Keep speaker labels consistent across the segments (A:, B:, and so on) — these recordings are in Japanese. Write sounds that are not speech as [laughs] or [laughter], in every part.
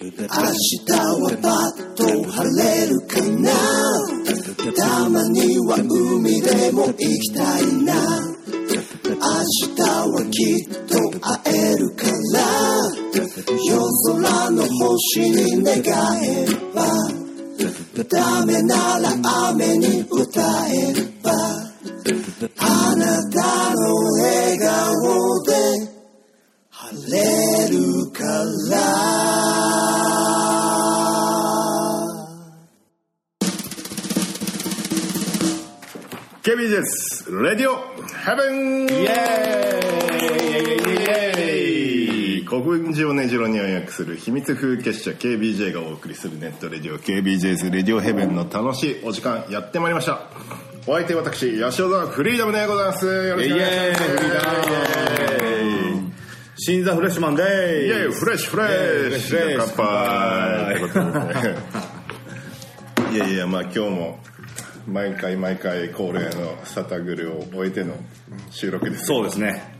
A: はパッと晴れるかなたまには海でも行きたいな明日はきっと会えるから夜空の星に願えばダメなら雨に歌えばあなたの笑顔で晴れるから
B: ケビンです。レディオヘブンイエーイ国分寺をねじろに暗躍する秘密風結社 KBJ がお送りするネットレディオ KBJ's レディオヘブンの楽しいお時間やってまいりました。お相手私、八代沢フリーダムでございます。よろしくお願いします。
C: 新座フレッシュマンで
B: イエーイイエーイ
C: ーす
B: フレッシュフレッシ
C: イエー
B: ュ
C: イフレッシュ
B: 乾杯ということでね [laughs] いやいやまあ今日も毎回毎回恒例のサタグルを終えての収録です
C: そうですね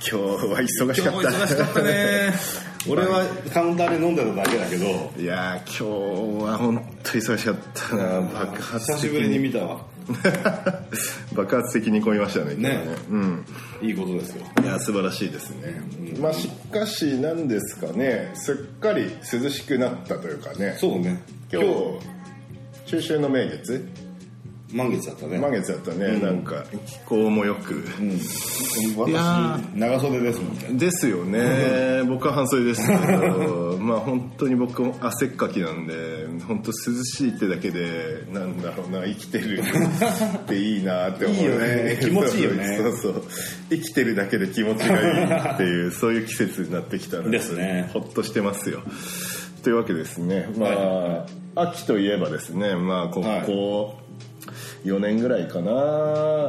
B: 今日は忙しかった
C: 忙しかったね [laughs] 俺はカウンターで飲んでただけだけど
B: [laughs] いやー今日は本当忙しかったな爆発的
C: 久しぶりに見たわ
B: [laughs] 爆発的に混みましたね今日はね
C: ね
B: うん
C: いいことですよ
B: いや素晴らしいですね、まあしかし何ですかねすっかり涼しくなったというかね
C: そうね
B: 今日中秋の名月
C: 満月だったね
B: 満月だったね、なんか気候もよく、いや
C: 私長袖ですもんね
B: ですよね、僕は半袖ですけ [laughs] どまあ本当に僕も汗っかきなんで本当涼しいってだけでなんだろうな生きて [laughs] るっていいなって思う
C: いいよね気持ちいいよね
B: [laughs] そうそう生きてるだけで気持ちがいいって [laughs] いうそういう季節になってきたら
C: ですね
B: ほっとしてますよというわけですねまあ秋といえばですねまあここ、
C: はい
B: 4年ぐらいかな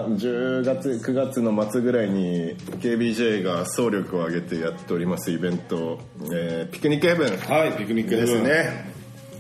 B: 10月9月の末ぐらいに KBJ が総力を挙げてやっておりますイベント、えーピクニックヘブン
C: はいピクニック
B: です
C: や
B: ね、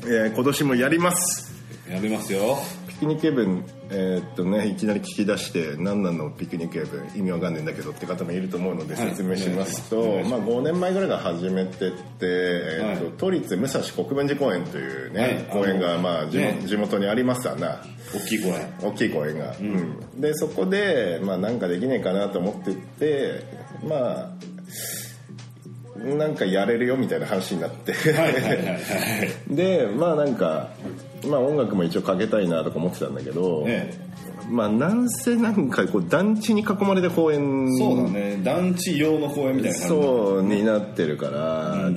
B: えー今年もやります
C: めますよ
B: ピクニックヘブンえーっとねいきなり聞き出して何なのピクニックヘブン意味わかんねえんだけどって方もいると思うので
C: はい
B: 説明しますと、
C: お願いし
B: まあ、5年前ぐらいから始めてって、えーっと
C: はい
B: 都立武蔵国分寺公園というね、
C: はい
B: 公園が、まあ地元
C: ね
B: 地元にありますわな
C: 大きい声
B: 大きい公園が、うんでそこで、まあ、なんかできねえかなと思ってってまあなんかやれるよみたいな話になって
C: はいはいはいはい
B: [laughs] でまあなんか、まあ、音楽も一応かけたいなとか思ってたんだけど、
C: [laughs] ね
B: まあなんせなんかこう団地に囲まれた公園
C: そうだね団地用の公園みたいな感じ
B: そうになってるから、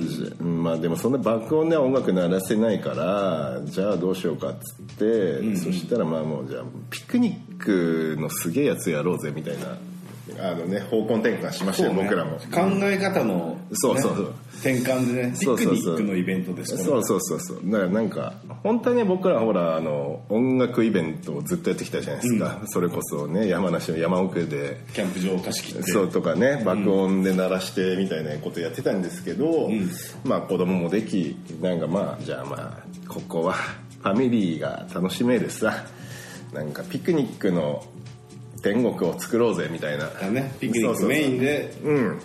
B: まあでもそんな爆音では音楽鳴らせないからじゃあどうしようかっつって、そしたらまあもうじゃあピクニックのすげえやつやろうぜみたいなあのね方向転換しましたよ、
C: ね
B: 僕らも
C: 考え方のね
B: そうそうそう
C: 転換でねピ
B: そう
C: ク
B: そう
C: ニ
B: そう
C: ックのイベントですから
B: そうそうそうそうだからなんか本当はね僕らほらあの音楽イベントをずっとやってきたじゃないですか、それこそね山梨の山奥で
C: キャンプ場を貸し切って
B: そうとかね爆音で鳴らしてみたいなことやってたんですけど、まあ子供もできなんかまあじゃあまあここはファミリーが楽しめるさなんかピクニックの天国を作ろうぜみたいな
C: だねピクニ
B: そう
C: ッ
B: そうそ
C: ク
B: う
C: メインで
B: うん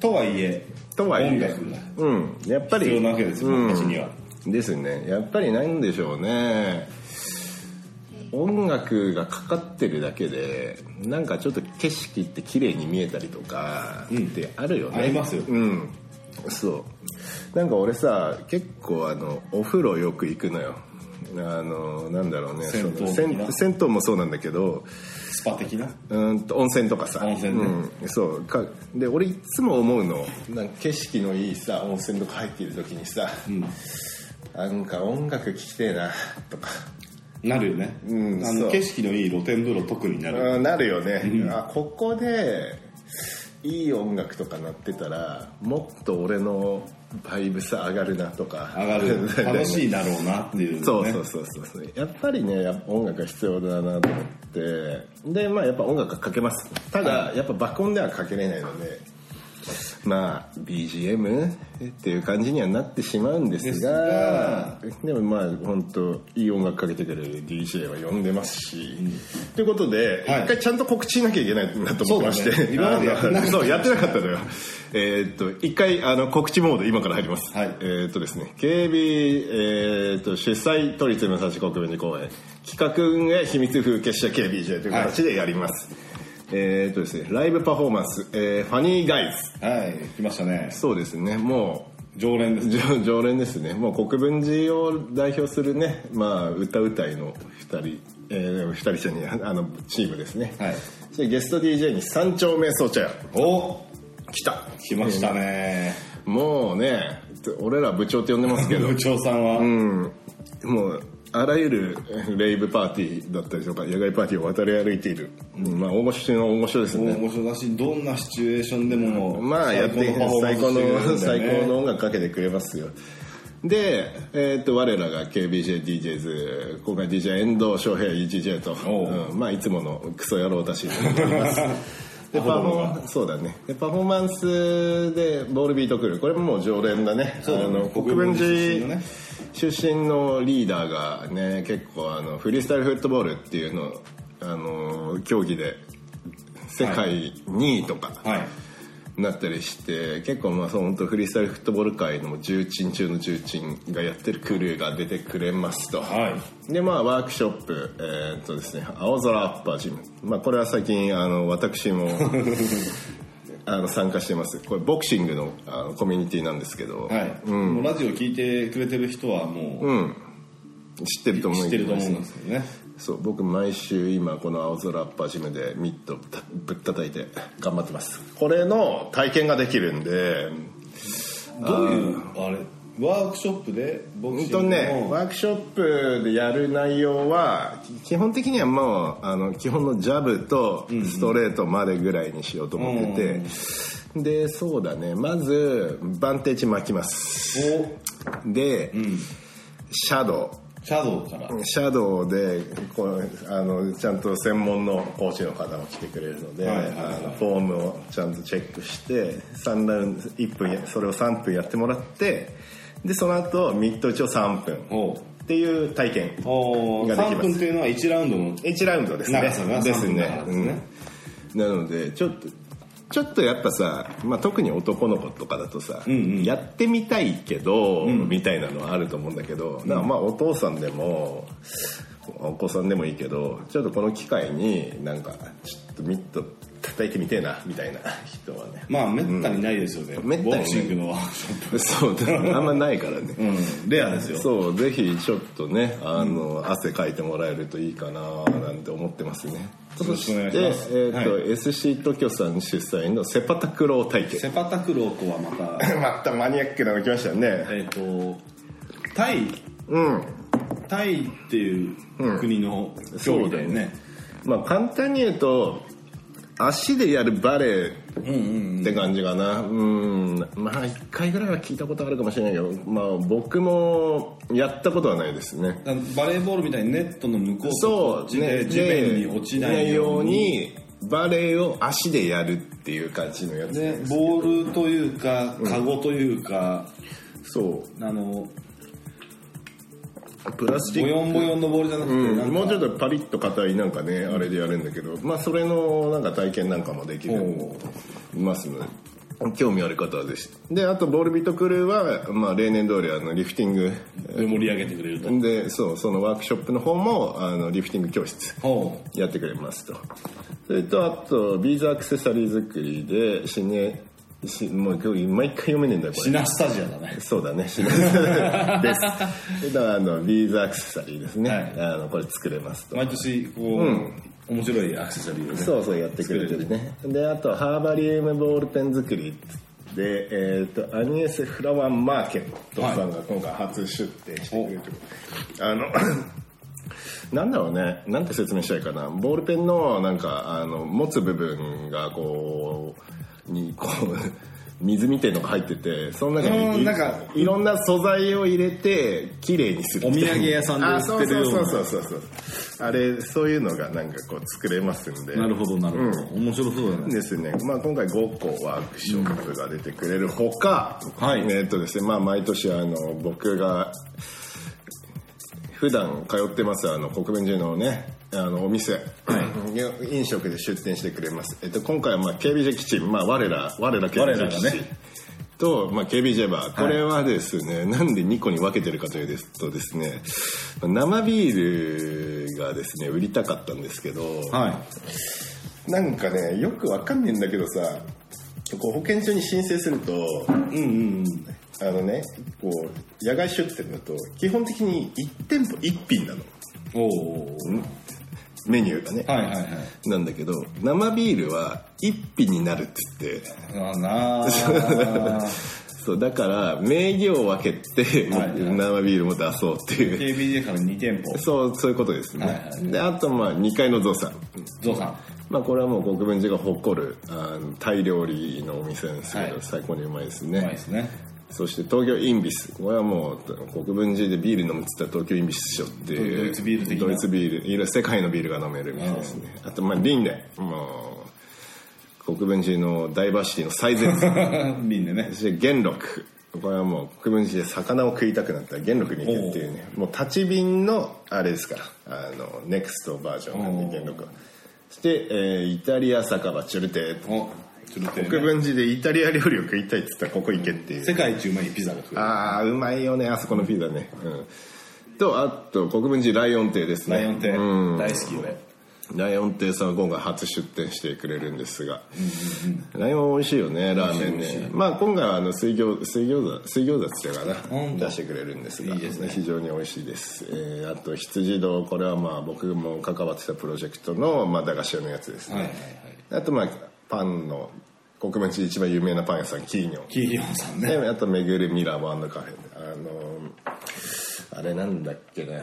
C: とはいえ
B: とはいえ
C: 音楽が
B: うんやっぱり
C: 必要なわけですよ
B: うん
C: 私には
B: ですねやっぱりなんでしょうね音楽がかかってるだけでなんかちょっと景色って綺麗に見えたりとかってあるよね、
C: ありますよ
B: うんそうなんか俺さ結構あのお風呂よく行くのよあのなんだろうね
C: 銭湯
B: その銭銭湯もそうなんだけど
C: スパ的な
B: うーんと温泉とかさ
C: 温泉ね
B: うん、そうかで俺いつも思うのなんか景色のいいさ温泉とか入っている時にさ、なんか音楽聴きてえなとか、
C: なるよね
B: うん
C: あ
B: そ
C: の
B: う
C: 景色のいい露天風呂特になる
B: うんなるよね、あここでいい音楽とか鳴ってたらもっと俺のバイブさ上がるなとか [laughs]
C: 上がる楽
B: い
C: しいだろうなっていうね
B: そうそうそうそうそうやっぱりねやっぱ音楽が必要だなと思ってでまあやっぱ音楽はかけますただやっぱ爆音ではかけれないのでまあ BGM っていう感じにはなってしまうんですがでもまあ本当いい音楽かけてくれる DJ は呼んでますし、ということで、
C: はい
B: 一回ちゃんと告知しなきゃいけないなと思ってまして
C: そうだね今までやってなかった
B: あの [laughs] そうやってなかったのよえーっと一回あの告知モード今から入ります、
C: はい
B: えーっとですね警備、えーっと主催都立武蔵国分寺公園企画運営秘密風結社 KBJ という形でやります、えーっとですねライブパフォーマンス、えーファニーガイズ
C: はい来ましたね
B: そうですねも
C: 常連で
B: う
C: す
B: 常常連ですねもう国分寺を代表するね、まあ、歌うたいの2人、えー、2人じゃねえやあのチームですね、
C: はい
B: そしてゲスト DJ に三丁目ソチャ
C: お
B: 来た
C: 来ましたね
B: もうね俺ら部長って呼んでますけど
C: 部長さんは、
B: うんもうあらゆる [laughs] レイブパーティーだったりとか野外パーティーを渡り歩いている、うんまあ大御所中の大御所ですね
C: 大御所だしどんなシチュエーションでも
B: まあやって最高の [laughs] 最高の音楽かけてくれますよで、えー、と我らが KBJDJs 今回 DJ 遠藤翔平 EGJ と、
C: おう
B: うんまあ、いつものクソ野郎たちになっておりますでパフォーマンスそうだねでパフォーマンスでボールビートクルーこれももう常連だね
C: そう
B: あ
C: だね
B: の国
C: 国
B: 分
C: 分
B: 寺
C: 寺
B: 出
C: 出
B: 身
C: 身
B: の,、
C: のね
B: リーダーがね結構あのフリースタイルフットボールっていうのあの競技で世界2位とか、
C: はい
B: なったりして結構まあそう本当フリースタイルフットボール界の重鎮中の重鎮がやってるクルーが出てくれますと、
C: はい
B: でまあワークショップえーっとですね青空アッパージム、まあ、これは最近あの私
C: [laughs]
B: もあの参加してますこれボクシングのあのコミュニティなんですけど、
C: はい、もうラジオ聞いてくれてる人はもう、
B: 知ってると思う
C: 知っ
B: ん
C: てると
B: ど
C: 思うんですけどね
B: そう僕毎週今この青空アッパージムでミットたぶったたいて頑張ってますこれの体験ができるんで
C: どういうあれワークショップでボク
B: うん
C: シン
B: と
C: グの、
B: ね、ワークショップでやる内容はき基本的にはもうあの基本のジャブとストレートまでぐらいにしようと思ってて、でそうだねまずバンテージ巻きますで、シャドウ
C: おシャドウから、
B: シャドウでこうあのちゃんと専門のコーチの方も来てくれるので、
C: はいはいはい
B: あのフォームをちゃんとチェックして3ラウンド1分やそれを3分やってもらってでその後ミッド打ちを3分
C: お
B: っていう体験
C: お
B: ができ
C: 3
B: ま
C: 分っ
B: す
C: ていうのは1ラウンドの
B: 1ラウンドですね
C: 長さが
B: です
C: 3分だ
B: ね
C: からですね
B: うんなのでちょっとちょっとやっぱさ、まあ、特に男の子とかだとさ、やってみたいけど、みたいなのはあると思うんだけど、だからまあお父さんでもお子さんでもいいけどちょっとこの機会になんかちょっとミット叩いてみてえなみたいな人はね
C: まあめったにないですよね、
B: めったにな
C: ボ
B: い
C: クシングのワークショッ
B: そうだねあんまないからね、
C: プ、レアですよ
B: そうぜひちょっとねあの、汗かいてもらえるといいかななんて思ってますね
C: よろしくお願いし
B: で、え
C: ます
B: ーと
C: はい
B: SC 東京さん主催のセパタクロー体験
C: セパタクローと [laughs] はまた
B: またマニアックなの来ましたね
C: えっとタイ
B: うん
C: タイっていう国の競技だよね,、
B: まあ簡単に言うと足でやるバレエって感じかなうんまあ一回ぐらいは聞いたことあるかもしれないけどまあ僕もやったことはないですね
C: だからバレーボールみたいにネットの向こうとこ
B: そ
C: っ
B: う
C: ちで地面に落ちないように
B: ねようにバレエを足でやるっていう感じのやつ
C: でボールというかカゴというか、
B: そ
C: あの
B: うプラスチ
C: ボ
B: ック
C: ヨンボヨンのボールじゃなくて、
B: うん
C: なんか
B: もうちょっとパリッと硬いなんかね、あれでやるんだけどまあそれのなんか体験なんかもできる
C: お
B: ますので興味ある方はぜひであとボールビートクルーは、まあ、例年通りあのリフティング
C: で盛り上げてくれると、
B: でそうそのワークショップの方もあのリフティング教室
C: ほ
B: やってくれますとそれとあとビーズアクセサリー作りでシネしもう今日毎回読めねえんだよこ
C: う
B: れ
C: シナスタジアだね
B: そうだね。
C: [laughs]
B: です。だからあのビーズアクセサリーですね。
C: はい
B: あのこれ作れますと。
C: 毎年こう、面白いアクセサリーをね
B: そうそうやってくれてるね。であとハーバリウムボールペン作りでえっ、とアニエスフラワーマーケットさんが今回初出店してくれてる。あの [coughs] なんだろうねなんて説明したいかなボールペンのなんかあの持つ部分がこうにこう [laughs] 水みたいのが入っててその中
C: う
B: に
C: ん
B: い
C: なんか
B: いろんな素材を入れて綺麗にする
C: お土産屋さんで売ってるような
B: あそうそうそうそうそうあれそういうのがなんかこう作れますんで
C: なるほどなるほど、面白そうだね
B: ですね、まあ、今回5個ワークショップが出てくれるほか、
C: はい
B: えーっとですねまあ、毎年あの僕が普段通ってますあの国分寺のねあのお店、飲食で出店してくれます、えっと、今回はまあ KBJ 基地、まあ、我ら我ら
C: 我ら
B: KBJ
C: が
B: 基
C: ね
B: 地、と、まあ、KBJ バーこれはですね、なんで2個に分けてるかというとですね生ビールがですね売りたかったんですけど、
C: は
B: なんかねよくわかんねえんだけどさこう保健所に申請すると
C: いうん
B: あのねこう野外出店だと基本的に1店舗1品なの
C: うんおおー
B: メニューがね、
C: はいはいはい
B: なんだけど生ビールは1品になるっつって
C: あな
B: [laughs]
C: あ
B: そうだから名義を分けて、
C: はいはい
B: 生ビールも出そうっていう、
C: KBJ から2店舗
B: そうそういうことですね、
C: はいは
B: であとまあ2階のゾウさん
C: ゾウさん
B: まあ、これはもう国分寺が誇るあのタイ料理のお店なんですけど、
C: はい
B: 最高にうまいです
C: う
B: ね
C: まいですね
B: そして東京インビスこれはもう国分寺でビール飲むっつったら東京インビスっしょっていう
C: ドイツビール的な
B: ドイツビールいろ世界のビールが飲めるみたいですねあとまあリンネもう国分寺のダイバーシティの最前線
C: 瓶でね
B: そして元禄これはもう国分寺で魚を食いたくなったら元禄に行くっていうねもう立ち瓶のあれですからあのネクストバージョンなんで元禄はそして、えーイタリア酒場チュルテ
C: おつるて
B: 国
C: ね
B: 分寺でイタリア料理を食いたいっつったらここ行けっていう
C: 世界一うまいピザが来る
B: ああうまいよねあそこのピザね、うん、とあと国分寺ライオン亭ですね
C: ライオン亭
B: うん
C: 大好き俺
B: ライオン亭さんは今回初出店してくれるんですが、ライオン美味しいよねラーメンねまあ今回はあの水餃水餃子水餃子っつったか
C: ほ
B: な
C: んと
B: 出してくれるんですが
C: いいですね
B: 非常に美味しいです、えーあと羊堂これはまあ僕も関わってたプロジェクトの、まあ、駄菓子屋のやつですね、
C: はいはい
B: あとまあパンの国分寺で一番有名なパン屋さんキーニョン
C: キーヒョンさんね
B: ね、あと「めぐるミラーワンドカフェ」あのあれなんだっけな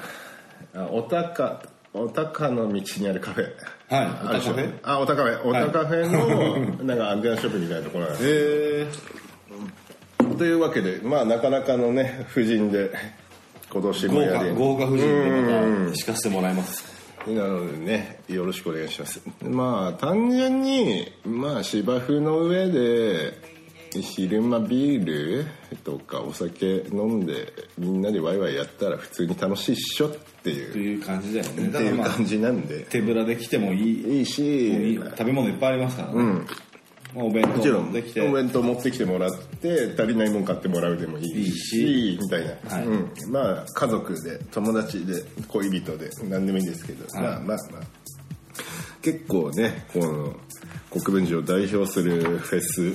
B: あおたかおたかの道にあるカフェ
C: はい
B: あるでしょ
C: おたカフェ
B: あおたカフェおたカフェの、なんかアンテナショップみたいなところなんです
C: へえ
B: というわけでまあなかなかのね夫人で今年も
D: 豪
B: や
D: 華
B: り
D: 豪華夫人でまた敷かせてもらいます
B: なのでねよろしくお願いしますまあ単純にまあ芝生の上で昼間ビールとかお酒飲んでみんなでワイワイやったら普通に楽しいっしょって
C: と
B: いうっ
C: いう感じだよね
B: て
C: だから
B: いう
C: まあ
B: 感じなんで
C: 手ぶらで来てもいい
B: いいし
C: いい食べ物いっぱいありますからね、まあ、お弁
B: もち
C: 当
B: ろ
C: も
B: ん
C: できて
B: お弁当持ってきてもらって足りないもん買ってもらうでもいいし
C: い
B: みたいな、
C: はい
B: うん、まあ家族で友達で恋人で何でもいいんですけど、まあまあまあ結構ねこの国分寺を代表するフェス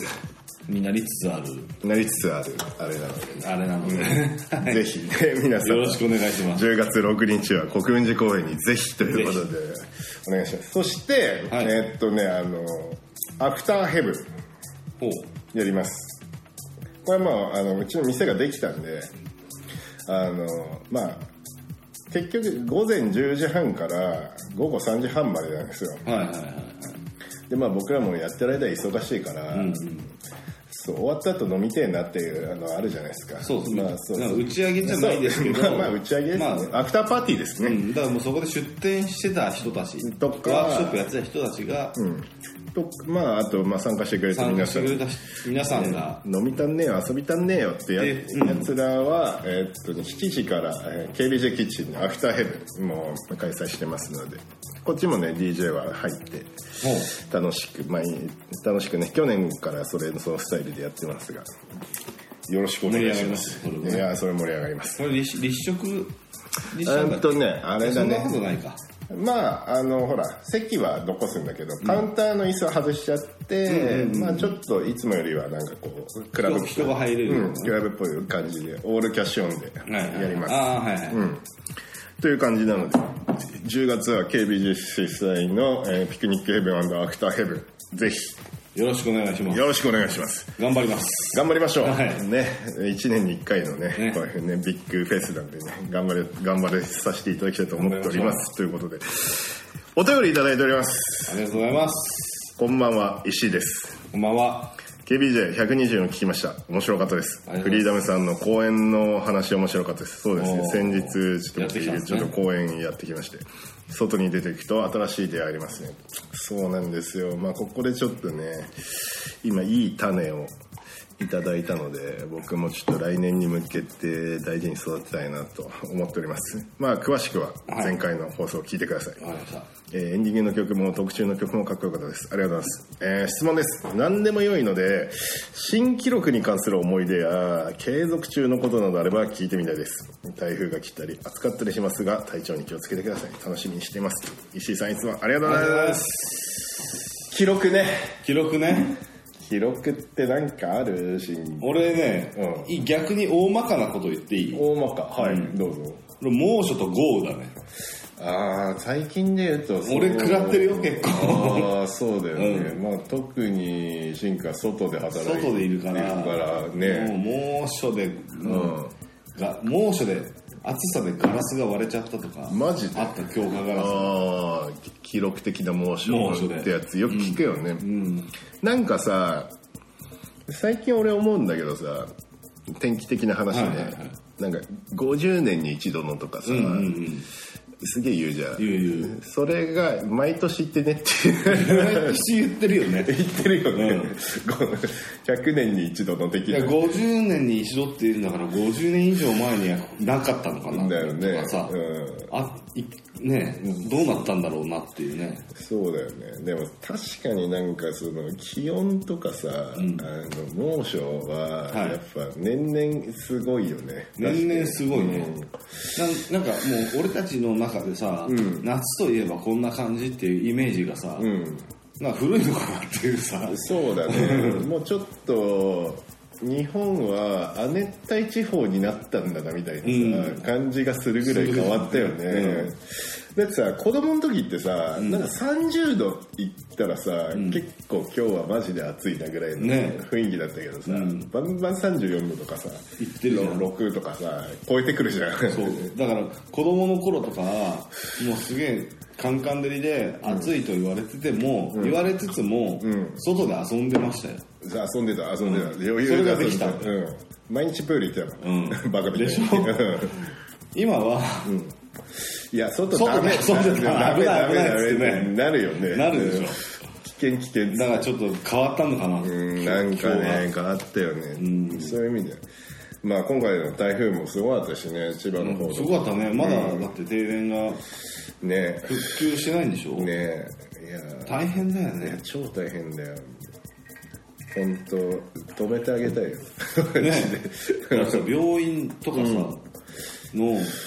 C: になりつつある
B: になりつつあるあれなので、
C: あれなので、
B: ぜひね皆さん
C: よろしくお願いします
B: 10月6日は国分寺公園にぜひということでお願いしますそして、
C: はい
B: えっとねあのアフターヘブン
C: ほう
B: やりますこれはまああのうちの店ができたんであのまあ結局午前10時半から午後3時半までなんですよ
C: はいはいはい
B: でまあ僕らもやってる間忙しいから、そう終わった後飲みてえなっていうあのあるじゃないですか
C: そうですね、
B: まあ、そう
C: な
B: そ
C: んか
B: う
C: 打ち上げじゃないですけ
B: [laughs]
C: ど
B: まあまあ打ち上げですね、
C: まあ
B: アフターパーティーです
C: う
B: ね、
C: ん、だからもうそこで出店してた人たち
B: とか
C: ワークショップやってた人たちが、
B: とまああとまあ参加してくれた
C: 参
B: 皆
C: 加し
B: さ
C: て
B: ん
C: くれた皆さんが、
B: 飲みたんねえよ遊びたんねえよってや,、
C: でうん
B: つらは、えーっと7時から、えー KBJ キッチンのアフターヘブンも開催してますのでこっちもね DJ は入って
C: ほう
B: 楽しく、まあ、いい楽しくね去年からそれそのスタイルでやってますがよろしくお願いします
C: 盛り上がりますそれもね
B: いやそれ盛り上がります
C: これ立立食立
B: えーっとねあれ
C: そ
B: だ
C: んな
B: ね
C: ことないか
B: まああのほら席は残すんだけどカウンターの椅子を外しちゃって、まあ、ちょっといつもよりはなんかこうクラブっぽい
C: 人が入れるような
B: うんクラブっぽい感じでオールキャッシュオンで
C: はいはい
B: やります、
C: ああはいはい、
B: という感じなので10月は KBJ 主催の、えーピクニックヘブンアフターヘブンぜひ
C: よろしくお願いします
B: よろしくお願いします
C: 頑張ります
B: 頑張りましょう、
C: はい
B: ね1年に1回のね
C: ね
B: こういうねビッグフェスなんでね頑張れ頑張れさせていただきたいと思っておりますということでお便りいただいております
C: ありがとうございます
B: こんばんは石井です
C: こんばんは
B: KBJ120 の聞きました面白かったです
C: ありがとうございます
B: フリーダムさんの公演の話面白かったですそうですね
C: おー
B: 先日ちょ
C: や
B: っ
C: っ
B: と,、
C: てきたんです
B: ちょ
C: ね
B: っと公演やってきまして外に出ていくと新しい出会いありますねそうなんですよまあここでちょっとね今いい種をいただいたので僕もちょっと来年に向けて大事に育てたいなと思っておりますまあ詳しくは前回の放送を聞いてください、
C: わかりました
B: えーエンディングの曲も特注の曲もかっこよかったですありがとうございます、えー質問です何でも良いので新記録に関する思い出や継続中のことなどあれば聞いてみたいです台風が来たり暑かったりしますが体調に気をつけてください楽しみにしています石井さんいつもありがとうございます記録ね
C: 記録ね
B: 記録ってなんかある新
C: 俺ね、
B: う
C: 逆に大まかなこと言っていい
B: 大まかはい、どうぞ
C: 俺猛暑と豪雨だね
B: ああ最近で言うとそう
C: 俺食らってるよ結構
B: [laughs] ああそうだよね、まあ特に進化外で働いてる
C: 外でいるから
B: からね
C: もう猛暑で、
B: うん
C: が猛暑で暑さでガラスが割れちゃったとか
B: マジで
C: あった強化ガラス
B: ああ記録的な猛
C: 猛暑
B: 暑
C: で
B: ってやつよく聞くよね、なんかさ最近俺思うんだけどさ天気的な話ね、
C: はいはいはい
B: なんか50年に一度のとかさ、
C: うんうん
B: すげえ言うじゃん
C: 言う言う
B: それが毎年言ってねっていう
C: 口 [laughs] 言ってるよね
B: 言ってるよね、 [laughs]
C: うん
B: 100年に一度の的
C: い
B: な
C: や50年に一度って言うんだから50年以上前にはなかったのかな
B: だよね
C: とかさ、
B: うん
C: あいねどうなったんだろうなっていうね
B: そうだよねでも確かになんかその気温とかさ、あの猛暑は
C: はい
B: やっぱ年々すごいよね、
C: 年々すごいね、なんなんかもう俺たちの中でさ、夏といえばこんな感じっていうイメージがさ、なんか古いのかなっていうさ
B: そうだ
C: [laughs]
B: ねもうちょっと日本は亜熱帯地方になったんだなみたいなさ、感じがするぐらい変わったよね、だってさ子供の時ってさ、なんか30度いったらさ、結構今日はマジで暑いなぐらいの
C: ね
B: 雰囲気だったけどさ、バンバン34度とかさ
C: 言ってるじゃん
B: 6とかさ超えてくるじゃん [laughs]
C: そうだから子供の頃とかはもうすげえカンカン照りで暑いと言われてても、言われつつも、外で遊んでましたよ
B: さ遊んでた遊んでた、余裕
C: そ
B: で
C: れが
B: 遊ん
C: でき
B: で
C: た
B: た、うん、毎日プール行ってたもん、 [laughs] バカみたいに
C: でしょ
B: [laughs]
C: 今は、
B: いや、外
C: 外
B: ダメ。
C: そうですね
B: ダメ
C: 危ない
B: ダメダメ
C: 危ないっつってね
B: なるよね。
C: なるでしょ
B: うん危険危険。
C: だからちょっと変わったのかな、
B: うん、なんかね、変わったよね。そういう意味で。まあ今回の台風もすごかったしね、千葉の方
C: す
B: と
C: ごかったねまだだって停電が
B: ね。
C: 復旧してないんでしょ、
B: ねいや、
C: 大変だよね
B: 超大変だよ。本当止めてあげたいよ。 [laughs]
C: ねだからさ病院とかさ、の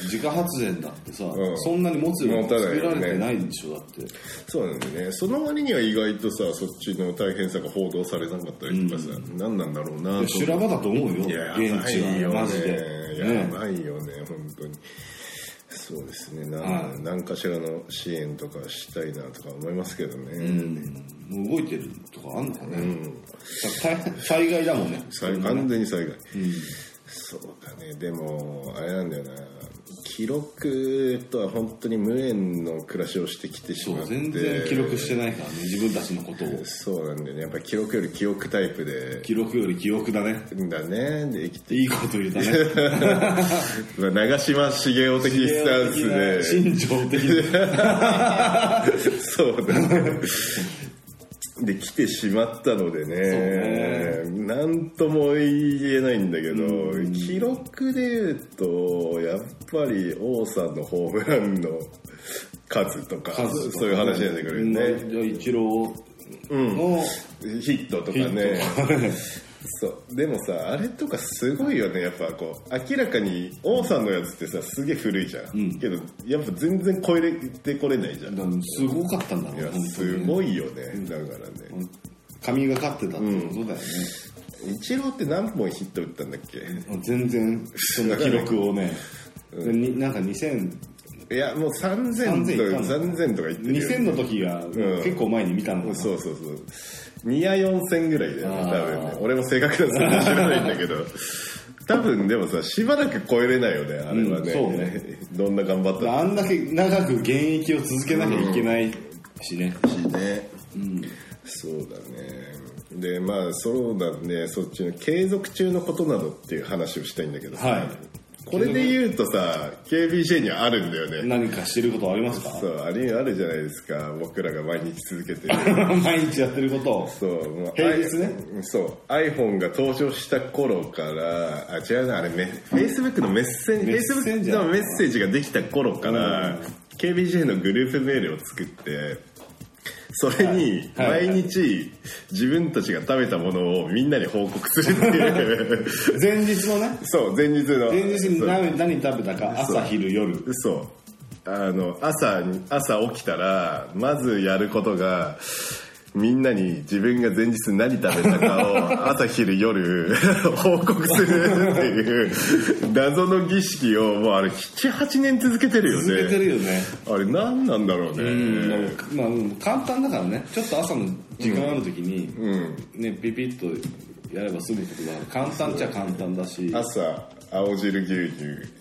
C: 自家発電だってさ、
B: うん
C: そんなに持つ量
B: 持たないよ
C: 作
B: ね
C: られてないでしょだって
B: そうなんだよね。その割には意外とさ、そっちの大変さが報道されなかったりとかさ、何なんだろうなと思って
C: 修羅場だと思うよ
B: いや
C: 現地
B: やばいよ
C: は
B: ね
C: マジで、
B: や
C: ね、
B: ばいよね本当にそうですねな
C: は
B: 何かしらの支援とかしたいなとか思いますけどね、
C: もう動いてるとかあんのかね、だから大災害だもんね
B: 災完全に災害、そうだねでもあれなんだよな記録とは本当に無縁の暮らしをしてきてし
C: そ
B: ま
C: う
B: って
C: 全然記録してないからね自分たちのことを
B: そうなんだよねやっぱ記録より記憶タイプで
C: 記録より記憶だね
B: だねで生きて
C: いいこと言うたね
B: まあ長嶋茂雄的スタンスで
C: 心情的な
B: そうだね。 [laughs] で、来てしまったのでね、なんとも言えないんだけど、記録で言うと、やっぱり王さんのホームランの数とか、
C: 数とか
B: [laughs] そういう話になってくるよね。
C: うんじゃあ一郎の、
B: ヒットとかね。
C: [laughs]
B: そうでもさあれとかすごいよねやっぱこう明らかに王さんのやつってさすげえ古いじゃん、けどやっぱ全然超えてこれないじゃん
C: だからすごかったんだ
B: い
C: ろう
B: や
C: 本当
B: す
C: に
B: ごいよね、だからね、
C: 神がかってたってことだよね、
B: イチローって何本ヒット打ったんだっけ
C: 全然そんな記録
B: [laughs]
C: をね、になんか2000
B: いやもう3000
C: 3000い
B: と
C: かんの
B: 3000とか言ってるよ
C: 2000の時が結構前に見たのかな、
B: そうそうそう2や4000ぐらいだよね
C: あ
B: 多
C: ー
B: 分ね俺も正確な数字知らないんだ
C: [laughs]
B: けど多分でもさしばらく超えれないよねあれはね,、
C: うんそうね
B: どんな頑張った
C: あんだけ長く現役を続けなきゃいけないしね、
B: しね、そうだねでまあそうなんでそっちの継続中のことなどっていう話をしたいんだけどさ、
C: はい
B: これで言うとさ KBJ にはあるんだよね
C: 何かしてることありますか [laughs]
B: そうあれあるじゃないですか僕らが毎日続けてる
C: [laughs] 毎日やってることを
B: そう、もう
C: 平日ね
B: あいそう iPhone が登場した頃からあ違うなあれメ Facebook のメッセージ
C: メッセンジャー
B: Facebook のメッセージができた頃から、KBJ のグループメールを作ってそれに
C: はいはい
B: 毎日自分たちが食べたものをみんなに報告するって
C: [laughs]
B: いう
C: 前日のね
B: そう前日の
C: 前日に
B: そう
C: 何何食べたか朝昼夜
B: 嘘あの朝に朝起きたらまずやることがみんなに自分が前日何食べたかを
C: [laughs]
B: 朝昼夜報告するっていう謎の儀式をもうあれ78年続けてるよね
C: 続けてるよね
B: あれ何なんだろうね
C: うんまあうん簡単だからねちょっと朝の時間ある時に、ね、ピピッとやれば済むことだから簡単っちゃ簡単だし
B: 朝青汁牛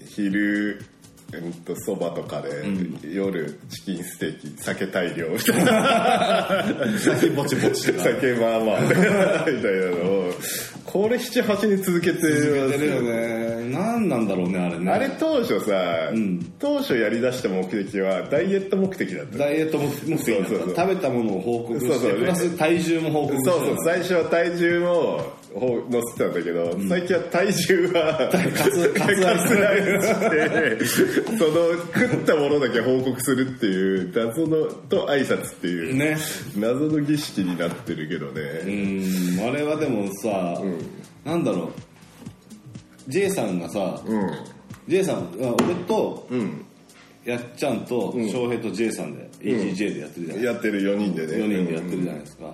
B: 乳昼えっとそばとカレー、夜チキンステーキ酒大量みたいな
C: 先ぼちぼちとか
B: 酒まあまあみたいなのをこれ78年続けて
C: やってるよね何なんだろうねあれね
B: あれ当初さ、当初やりだした目的はダイエット目的だった
C: ダイエット目的なんだ
B: そうそうそう
C: 食べたものを報告して
B: そうそう
C: プラス体重も報告して
B: そうそう最初は体重をほう乗せてたんだけど、最近は体重は
C: [laughs] カツカツアイス
B: 辛いってその食ったものだけ報告するっていう謎のと挨拶っていう、
C: ね
B: 謎の儀式になってるけど
C: う
B: ね、
C: んあれはでもさ、なんだろう J さんがさ、J さんあ俺と、やっちゃんと翔平と J さんで、EGJ でやってるじゃない
B: やってる4人でね
C: 4人でやってるじゃないですか、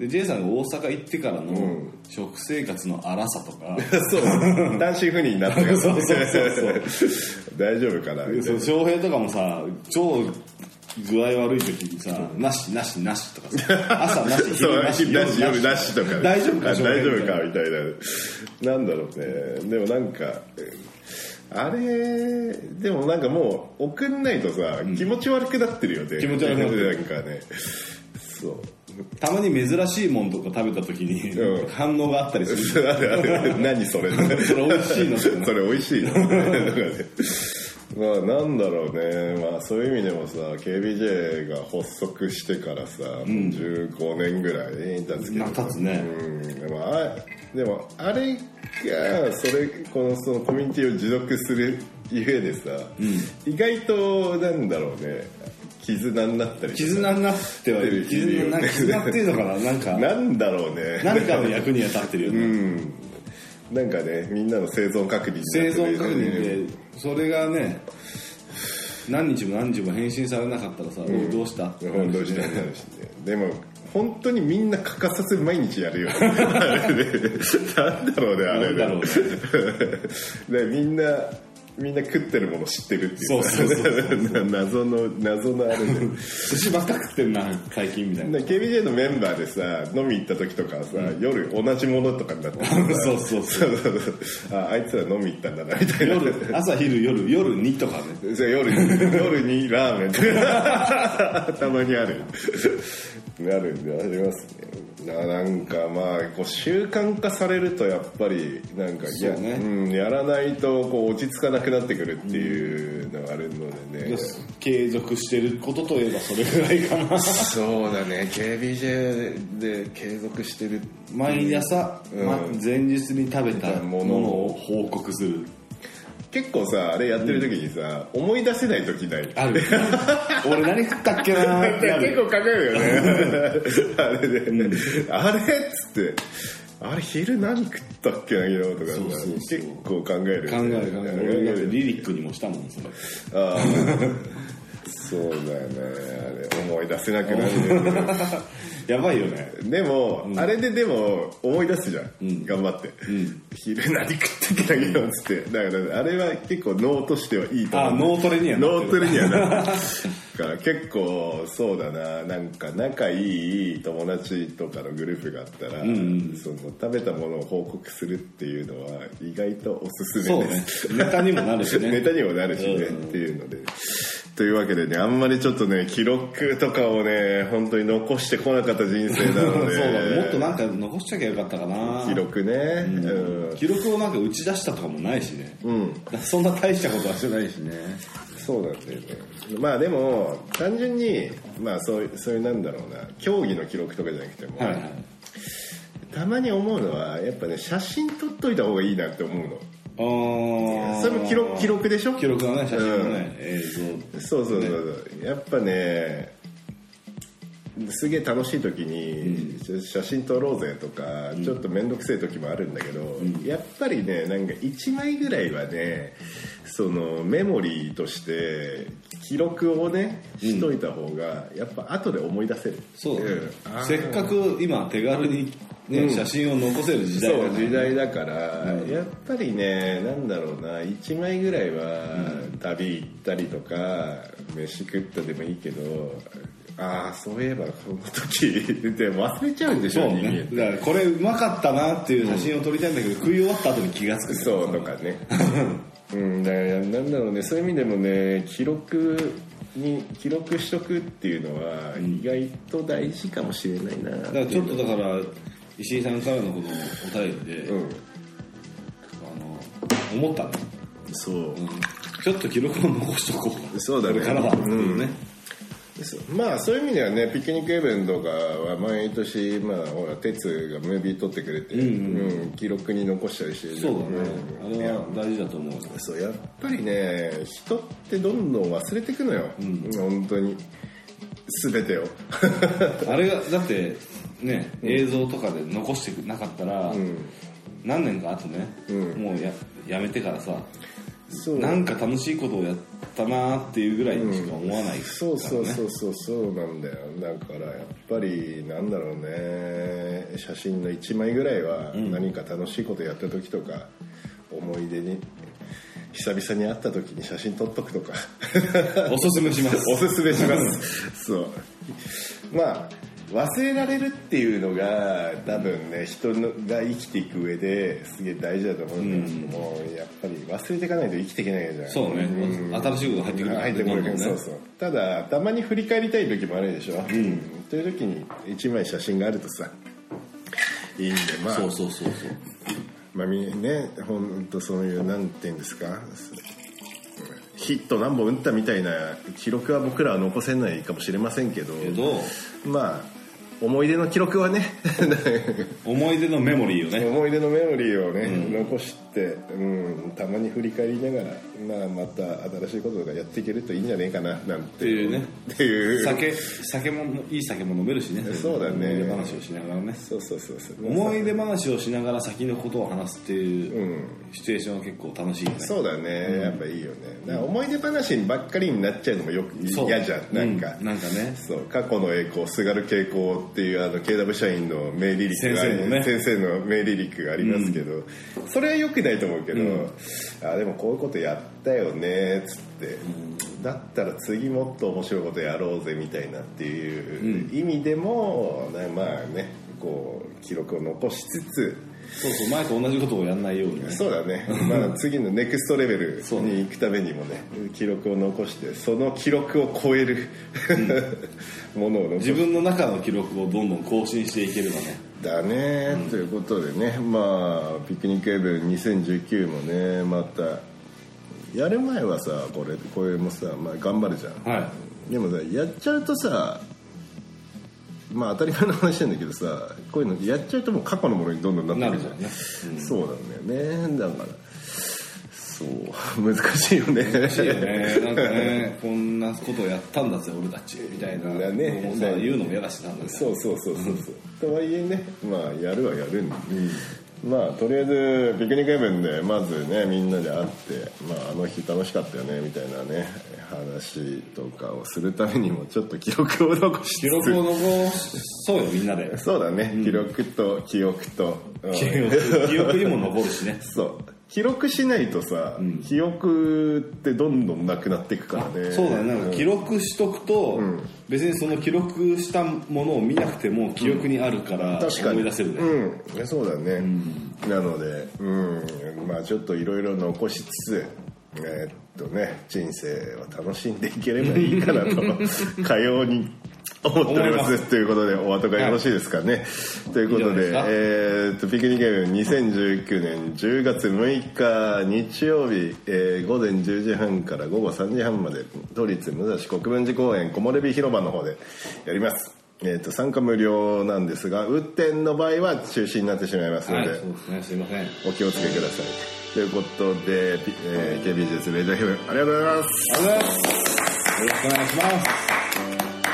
C: で J さんが大阪行ってからの食生活の荒さとか、
B: [laughs] そう単身赴任になったから
C: そうそうそう
B: [laughs] 大丈夫かなみた
C: そ
B: いう
C: 翔平とかもさ超具合悪い時にさ「なしなしなし」とかさ
B: [laughs]
C: 朝なし
B: なそう
C: 昼なし
B: なし夜なしとか
C: 大丈夫か
B: あ
C: 翔
B: 大
C: 平
B: 丈夫かみたいななんだろうねでもなんかあれでもなんかもう送んないとさ気持ち悪くなってるよね
C: 気持ち悪くなってる
B: なんかねそう
C: たまに珍しいもんとか食べた時に、
B: うん
C: 反応があったりする
B: それあれあれ [laughs] 何それ
C: それ美味しいの
B: それ美味しいのまあなんだろうねまあそういう意味でもさ KBJ が発足してからさ、もう15年ぐらい経つけど
C: な経つね
B: うんでもあでもあれがそれこのそのコミュニティを持続するゆえでさ、意外となんだろうね絆になったりとか
C: 絆になってはいる
B: 絆に
C: 絆
B: なってる
C: な絆っていうのかななんか
B: なんだろうね
C: 何かの役には立ってるよね、
B: なんかねみんなの生存確認になってる
C: 生
B: よね
C: 存確認でそれがね何日も何日も返信されなかったらさ、おいどうしたって
B: 本当にして
C: ね
B: るしね [laughs] でも本当にみんな欠かさず毎日やるよあれねなんだろうねあれ [laughs] ね
C: なんだ
B: でみんなみんな食ってるもの知ってるっていう
C: そうそうそ
B: [laughs] 謎の謎のあれで
C: 寿司ばっか食ってんな最近みたいな
B: で KBJ のメンバーでさ飲み行った時とかはさ、夜同じものとかになってる
C: [laughs] そうそ
B: そうそ
C: うそう
B: うそう [laughs] ああいつら飲み行ったんだなみたいな
C: 夜朝昼夜夜にとかね
B: じゃあ夜に夜にラーメンとか [laughs] たまにあるあるんでありますねななんかまあこう習慣化されるとやっぱりなんかいや
C: そうね
B: うん、やらないとこう落ち着かなくなってくるっていうのがあるのでね、
C: 継続してることといえばそれぐらいかな
B: そうだね KBJ で継続してる
C: 毎朝、ま前日に食べたものを報告する
B: 結構さあれやってる時にさ、思い出せない時ない
C: ある俺何食ったっけなーってな
B: 結
C: る
B: 構かかるよね
C: [laughs]
B: あれで、あれっつってあれ昼何食ったっけな昨日とかさ
C: そうそうそう
B: 結構考える
C: 考
B: よ
C: え
B: ね
C: る考える俺だってリリックにもしたもんそれ
B: ああそうだよねあれ思い出せなくなるよね
C: やばいよね
B: でも、あれででも思い出すじゃん、頑張って、昼何食ってきたけどっつってだからあれは結構脳としてはいいと思う
C: あ脳トレにはなってる
B: 脳トレには
C: [laughs]
B: なってるだから結構そうだななんか仲いい友達とかのグループがあったら、その食べたものを報告するっていうのは意外とおすす
C: そう
B: め
C: ね
B: です、
C: ネタにもなるしね
B: ネタにもなるしね、
C: うん
B: っていうのでというわけでねあんまりちょっとね記録とかをね本当に残してこなかった人生なので
C: [laughs] そうだもっとなんか残しときゃよかったかな
B: 記録ねうん、
C: 記録をなんか打ち出したとかもないしね、
B: うん、
C: そんな大したことはしてないしね
B: そうなんだよねまあでも単純にまあそういうそういうなんだろうな競技の記録とかじゃなくても、
C: はいはい
B: たまに思うのはやっぱね写真撮っといた方がいいなって思うの
C: ああ
B: それも記録記録でしょ
C: 記録がね写真のね、映
B: そうそうそうそう、やっぱねすげえ楽しい時に、ちょ写真撮ろうぜとか、ちょっと面倒くせえ時もあるんだけど、やっぱりねなんか1枚ぐらいはねそのメモリーとして記録をねしといた方が、やっぱ後で思い出せる
C: 像そうだね、
B: んあー
C: せっかく今手軽に、ね写真を残せる時代だ
B: そ
C: から
B: う時代だから、やっぱりねなんだろうな1枚ぐらいは旅行ったりとか飯食ったでもいいけどああそういえばこの時 [laughs] で忘れちゃうんでし
C: そ
B: ょ
C: うねだからこれうまかったなっていう写真を撮りたいんだけど、食い終わった後に気が付く
B: そうとかねうんだからなんだろうねそういう意味でもね記録に記録しとくっていうのは意外と大事かもしれないな、
C: だからちょっとだから石井さんからのこのお便りで、
B: うん
C: あの思ったの、
B: そう、
C: ちょっと記録を残しとこう
B: そうだね
C: これからはっていうね、
B: ですまあそういう意味ではねピクニックイベントが毎年まあほら哲がムービー撮ってくれて、うん記録に残したりしてる
C: そうだね、
B: うん
C: あれは大事だと思う
B: そうやっぱりね人ってどんどん忘れてくのよ、本当に全てを
C: あれがだってね、映像とかで残してなかったら、何年か後ね、もうややめてからさ
B: そう
C: なんか楽しいことをやったなーっていうぐらいにしか思わない、
B: そうそうそうそうそうなんだよだからやっぱりなんだろうね写真の1枚ぐらいは何か楽しいことやった時とか、思い出に久々に会った時に写真撮っとくとか [laughs]
C: おすすめします
B: おすすめしますそうまあ忘れられるっていうのが多分ね人のが生きていく上ですげえ大事だと思うんだけども、やっぱり忘れていかないと生きていけないじゃない
C: そうね、新しいことが入ってくる
B: 入ってこ
C: ど
B: なん
C: どん
B: いそうそうただたまに振り返りたい時もあるでしょ、うん、という時に1枚写真があるとさいいんでまあ
C: そうそうそうそう
B: まあみねほんとそういうなんて言うんですかヒット何本打ったみたいな記録は僕らは残せないかもしれませんけど
C: けど
B: まあ思い出の記録はね
C: 思い出のメモリーをね
B: 思い出のメモリーをね、残して、うん、たまに振り返りながら、まあ、また新しいこととかやっていけるといいんじゃねえかななん
C: って
B: て
C: いうね
B: っていう
C: 酒酒もいい酒も飲めるしね
B: そうだね
C: 思い出話をしながらね
B: そうそうそうそう
C: 思い出話をしながら先のことを話すっていうシチュエーションは結構楽しいよね
B: そうだね、やっぱいいよねなんか思い出話ばっかりになっちゃうのもよく
C: そう
B: 嫌じゃんなんか、
C: うなんかね
B: そう過去の栄光すがる傾向っていうあの KW 社員の名リリックが
C: 先生のね
B: 先生の名リリックがありますけど、それは良くないと思うけど、あでもこういうことやったよねっつって、だったら次もっと面白いことやろうぜみたいなっていう意味でも、なまあねこう記録を残しつつ
C: そうそう前と同じことをやんないようにね
B: そうだ [laughs] ね、まあ、次のネクストレベルに行くためにもね記録を残してその記録を超える [laughs] ものを残
C: 自
B: し
C: 分の中の記録をどんどん更新していければね
B: たね、ということでねまあピクニックエブン2019もねまたやる前はさこれこれもさ、まあ、頑張るじゃん、
C: は
B: でもさやっちゃうとさまあ当たり前の話なんだけどさこういうのやっちゃうともう過去のものにどんどんなっ
C: い
B: て
C: な
B: く
C: る
B: る
C: じ
B: じ
C: ゃ
B: ゃん
C: んね
B: そうなんだよねだからそう [laughs] 難しいよね難し
C: いいよねなんかねこんなことをやったんだぜ俺たちみたいな
B: だね
C: もうさ言うのも嫌だしなんだ
B: [laughs] そうそうそうそうそうとはいえねまあやるはやるんで、まあとりあえずピクニックイベントでまずねみんなで会って、まあ、あの日楽しかったよねみたいなね話とかをするためにもちょっと記録を残して
C: 記録を残そうよみんなで
B: そうだね、記録と記憶と、うん
C: 記憶記憶にも残るしね
B: [laughs] そう記録しないとさ、記憶ってどんどんなくなっていくからね
C: そうだねなんか記録しとくと、別にその記録したものを見なくても記憶にあるから
B: 確かに
C: 思い出せるね、
B: うんいやそうだね、なのでうんまあちょっといろいろ残しつつえーっとね人生を楽しんでいければいいかなと
C: [laughs]
B: かように思っておりますということでお後がよろしいですかね、ということ
C: いいんじ
B: で
C: ゃないですか
B: えーっとピクニックゲーム2019年10月6日日曜日、えー午前10時半から午後3時半まで都立武蔵国分寺公園木漏れ日広場の方でやりますえーっと参加無料なんですが運転の場合は中止になってしまいますの
C: はい
B: で、
C: そうですねすいません
B: お気をつけくださいということで、ピえー、KBJS レジャーヒムありがとうございます
C: ありがとうございますよろしくお願いします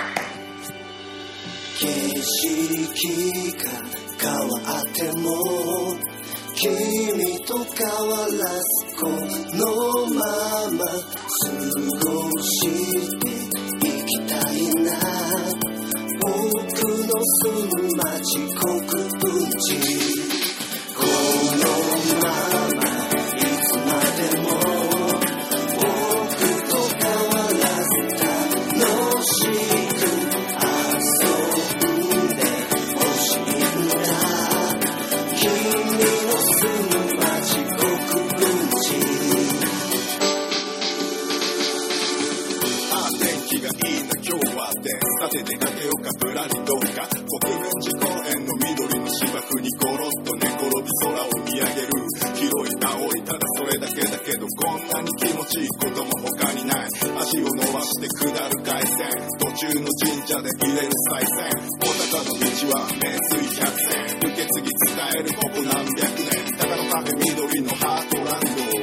E: 景色が変わっても君と変わらずこのまま過ごしていきたいな僕の住む街国分寺このままいつまでも僕と変わらず楽しく
F: あー天気がいいな今日はでさて出かけようかぶらりどうか国分寺公園の緑の芝生にゴロッと寝転び空を見上げる広い青いただそれだけだけどこんなに気持ちいいことも他にない足を伸ばして下る回線途中の神社で入れる再銭小高の道は名水百選受け継ぎ伝えるここ何百年高のカフェ緑のハートランド揺れ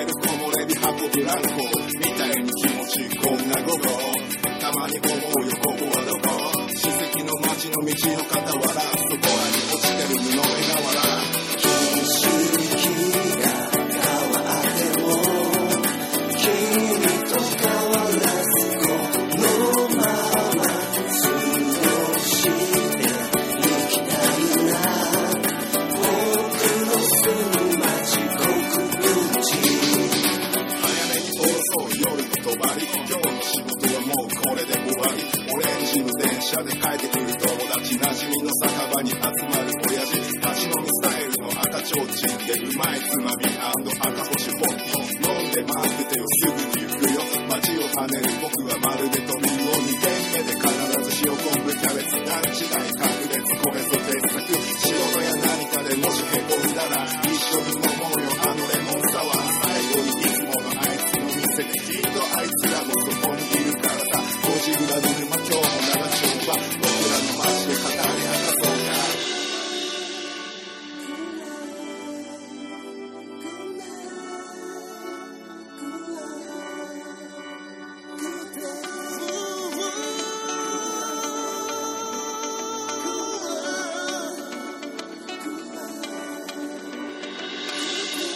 F: る木漏れ日箱ブランコみたいに気持ちいいこんな午後たまに思うよここはどこ史跡の街の道の傍らそこらに落ちてる布の絵柄早めに放送夜のとばり今日の仕事はもうこれで終わりオレンジの電車で帰ってくる友達馴染みの酒場に集まる親父立ち飲みスタイルの赤ちょうちんでうまいつまみ赤星ポッキー飲んで待っててよすぐに行くよ街を跳ねる僕はまるで鳥を見て目で必ず塩昆布キャベツ段違い確列これぞ傑作白のや何かでもしへこんだら一緒に飲もうよあのレモンサワー最後にいつものあいつの店できっとあいつらもそこにいるからさ5時裏の沼今日も長丁場僕らの街で語り明かそうか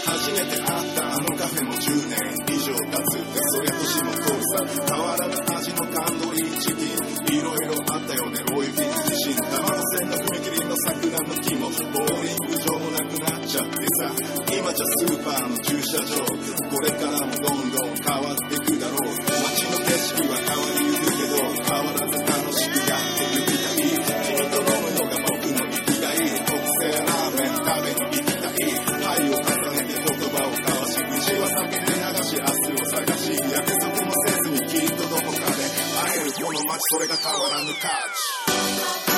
F: 初めて会ったあのカフェも10年以上経つってそりゃ年も通るさ変わらぬ味のタンドリーチキンいろいろあったよね大雪地震玉の線の踏切の桜の木もボーリング場もなくなっちゃってさ今じゃスーパーの駐車場これからもどんどん変わってくだろう街の景色は変わりゆくけど変わらず楽しくやっていきたい君と飲むのが僕の生きがい特製ラーメン食べに行きたい愛を重ねて言葉を交わし口は酒で流し明日を探し約束もせずにきっとどこかで会えるこの街それが変わらぬ価値
G: 「あなたの声が聞こえる」